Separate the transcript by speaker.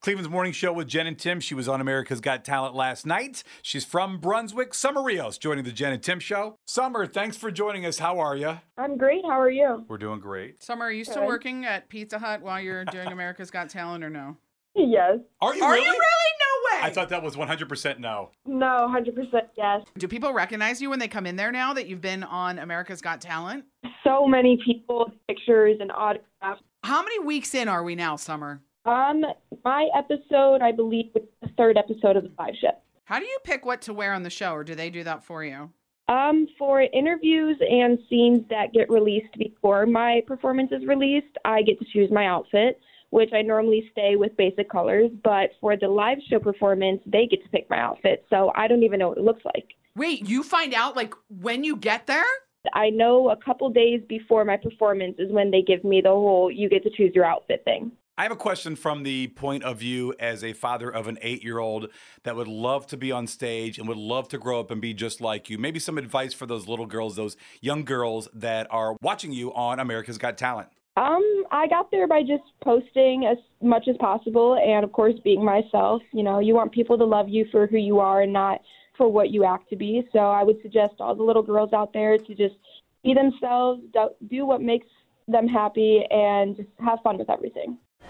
Speaker 1: Cleveland's morning show with Jen and Tim. She was on America's Got Talent last night. She's from Brunswick. Summer Rios joining the Jen and Tim show. Summer, thanks for joining us. How are you?
Speaker 2: I'm great. How are you?
Speaker 1: We're doing great.
Speaker 3: Summer, are you still
Speaker 2: Good.
Speaker 3: working at Pizza Hut while you're doing America's Got Talent or no?
Speaker 2: Yes.
Speaker 1: Are you
Speaker 3: Are
Speaker 1: really?
Speaker 3: you really? No way.
Speaker 1: I thought that was 100% no.
Speaker 2: No, 100% yes.
Speaker 3: Do people recognize you when they come in there now that you've been on America's Got Talent?
Speaker 2: So many people, pictures and autographs.
Speaker 3: How many weeks in are we now, Summer?
Speaker 2: Um, my episode, I believe, was the third episode of the five show.
Speaker 3: How do you pick what to wear on the show, or do they do that for you?
Speaker 2: Um, for interviews and scenes that get released before my performance is released, I get to choose my outfit, which I normally stay with basic colors. But for the live show performance, they get to pick my outfit, so I don't even know what it looks like.
Speaker 3: Wait, you find out like when you get there?
Speaker 2: I know a couple days before my performance is when they give me the whole "you get to choose your outfit" thing.
Speaker 1: I have a question from the point of view as a father of an eight year old that would love to be on stage and would love to grow up and be just like you. Maybe some advice for those little girls, those young girls that are watching you on America's Got Talent.
Speaker 2: Um, I got there by just posting as much as possible and of course being myself. You know, you want people to love you for who you are and not for what you act to be. So I would suggest all the little girls out there to just be themselves, do- do what makes them happy and just have fun with everything.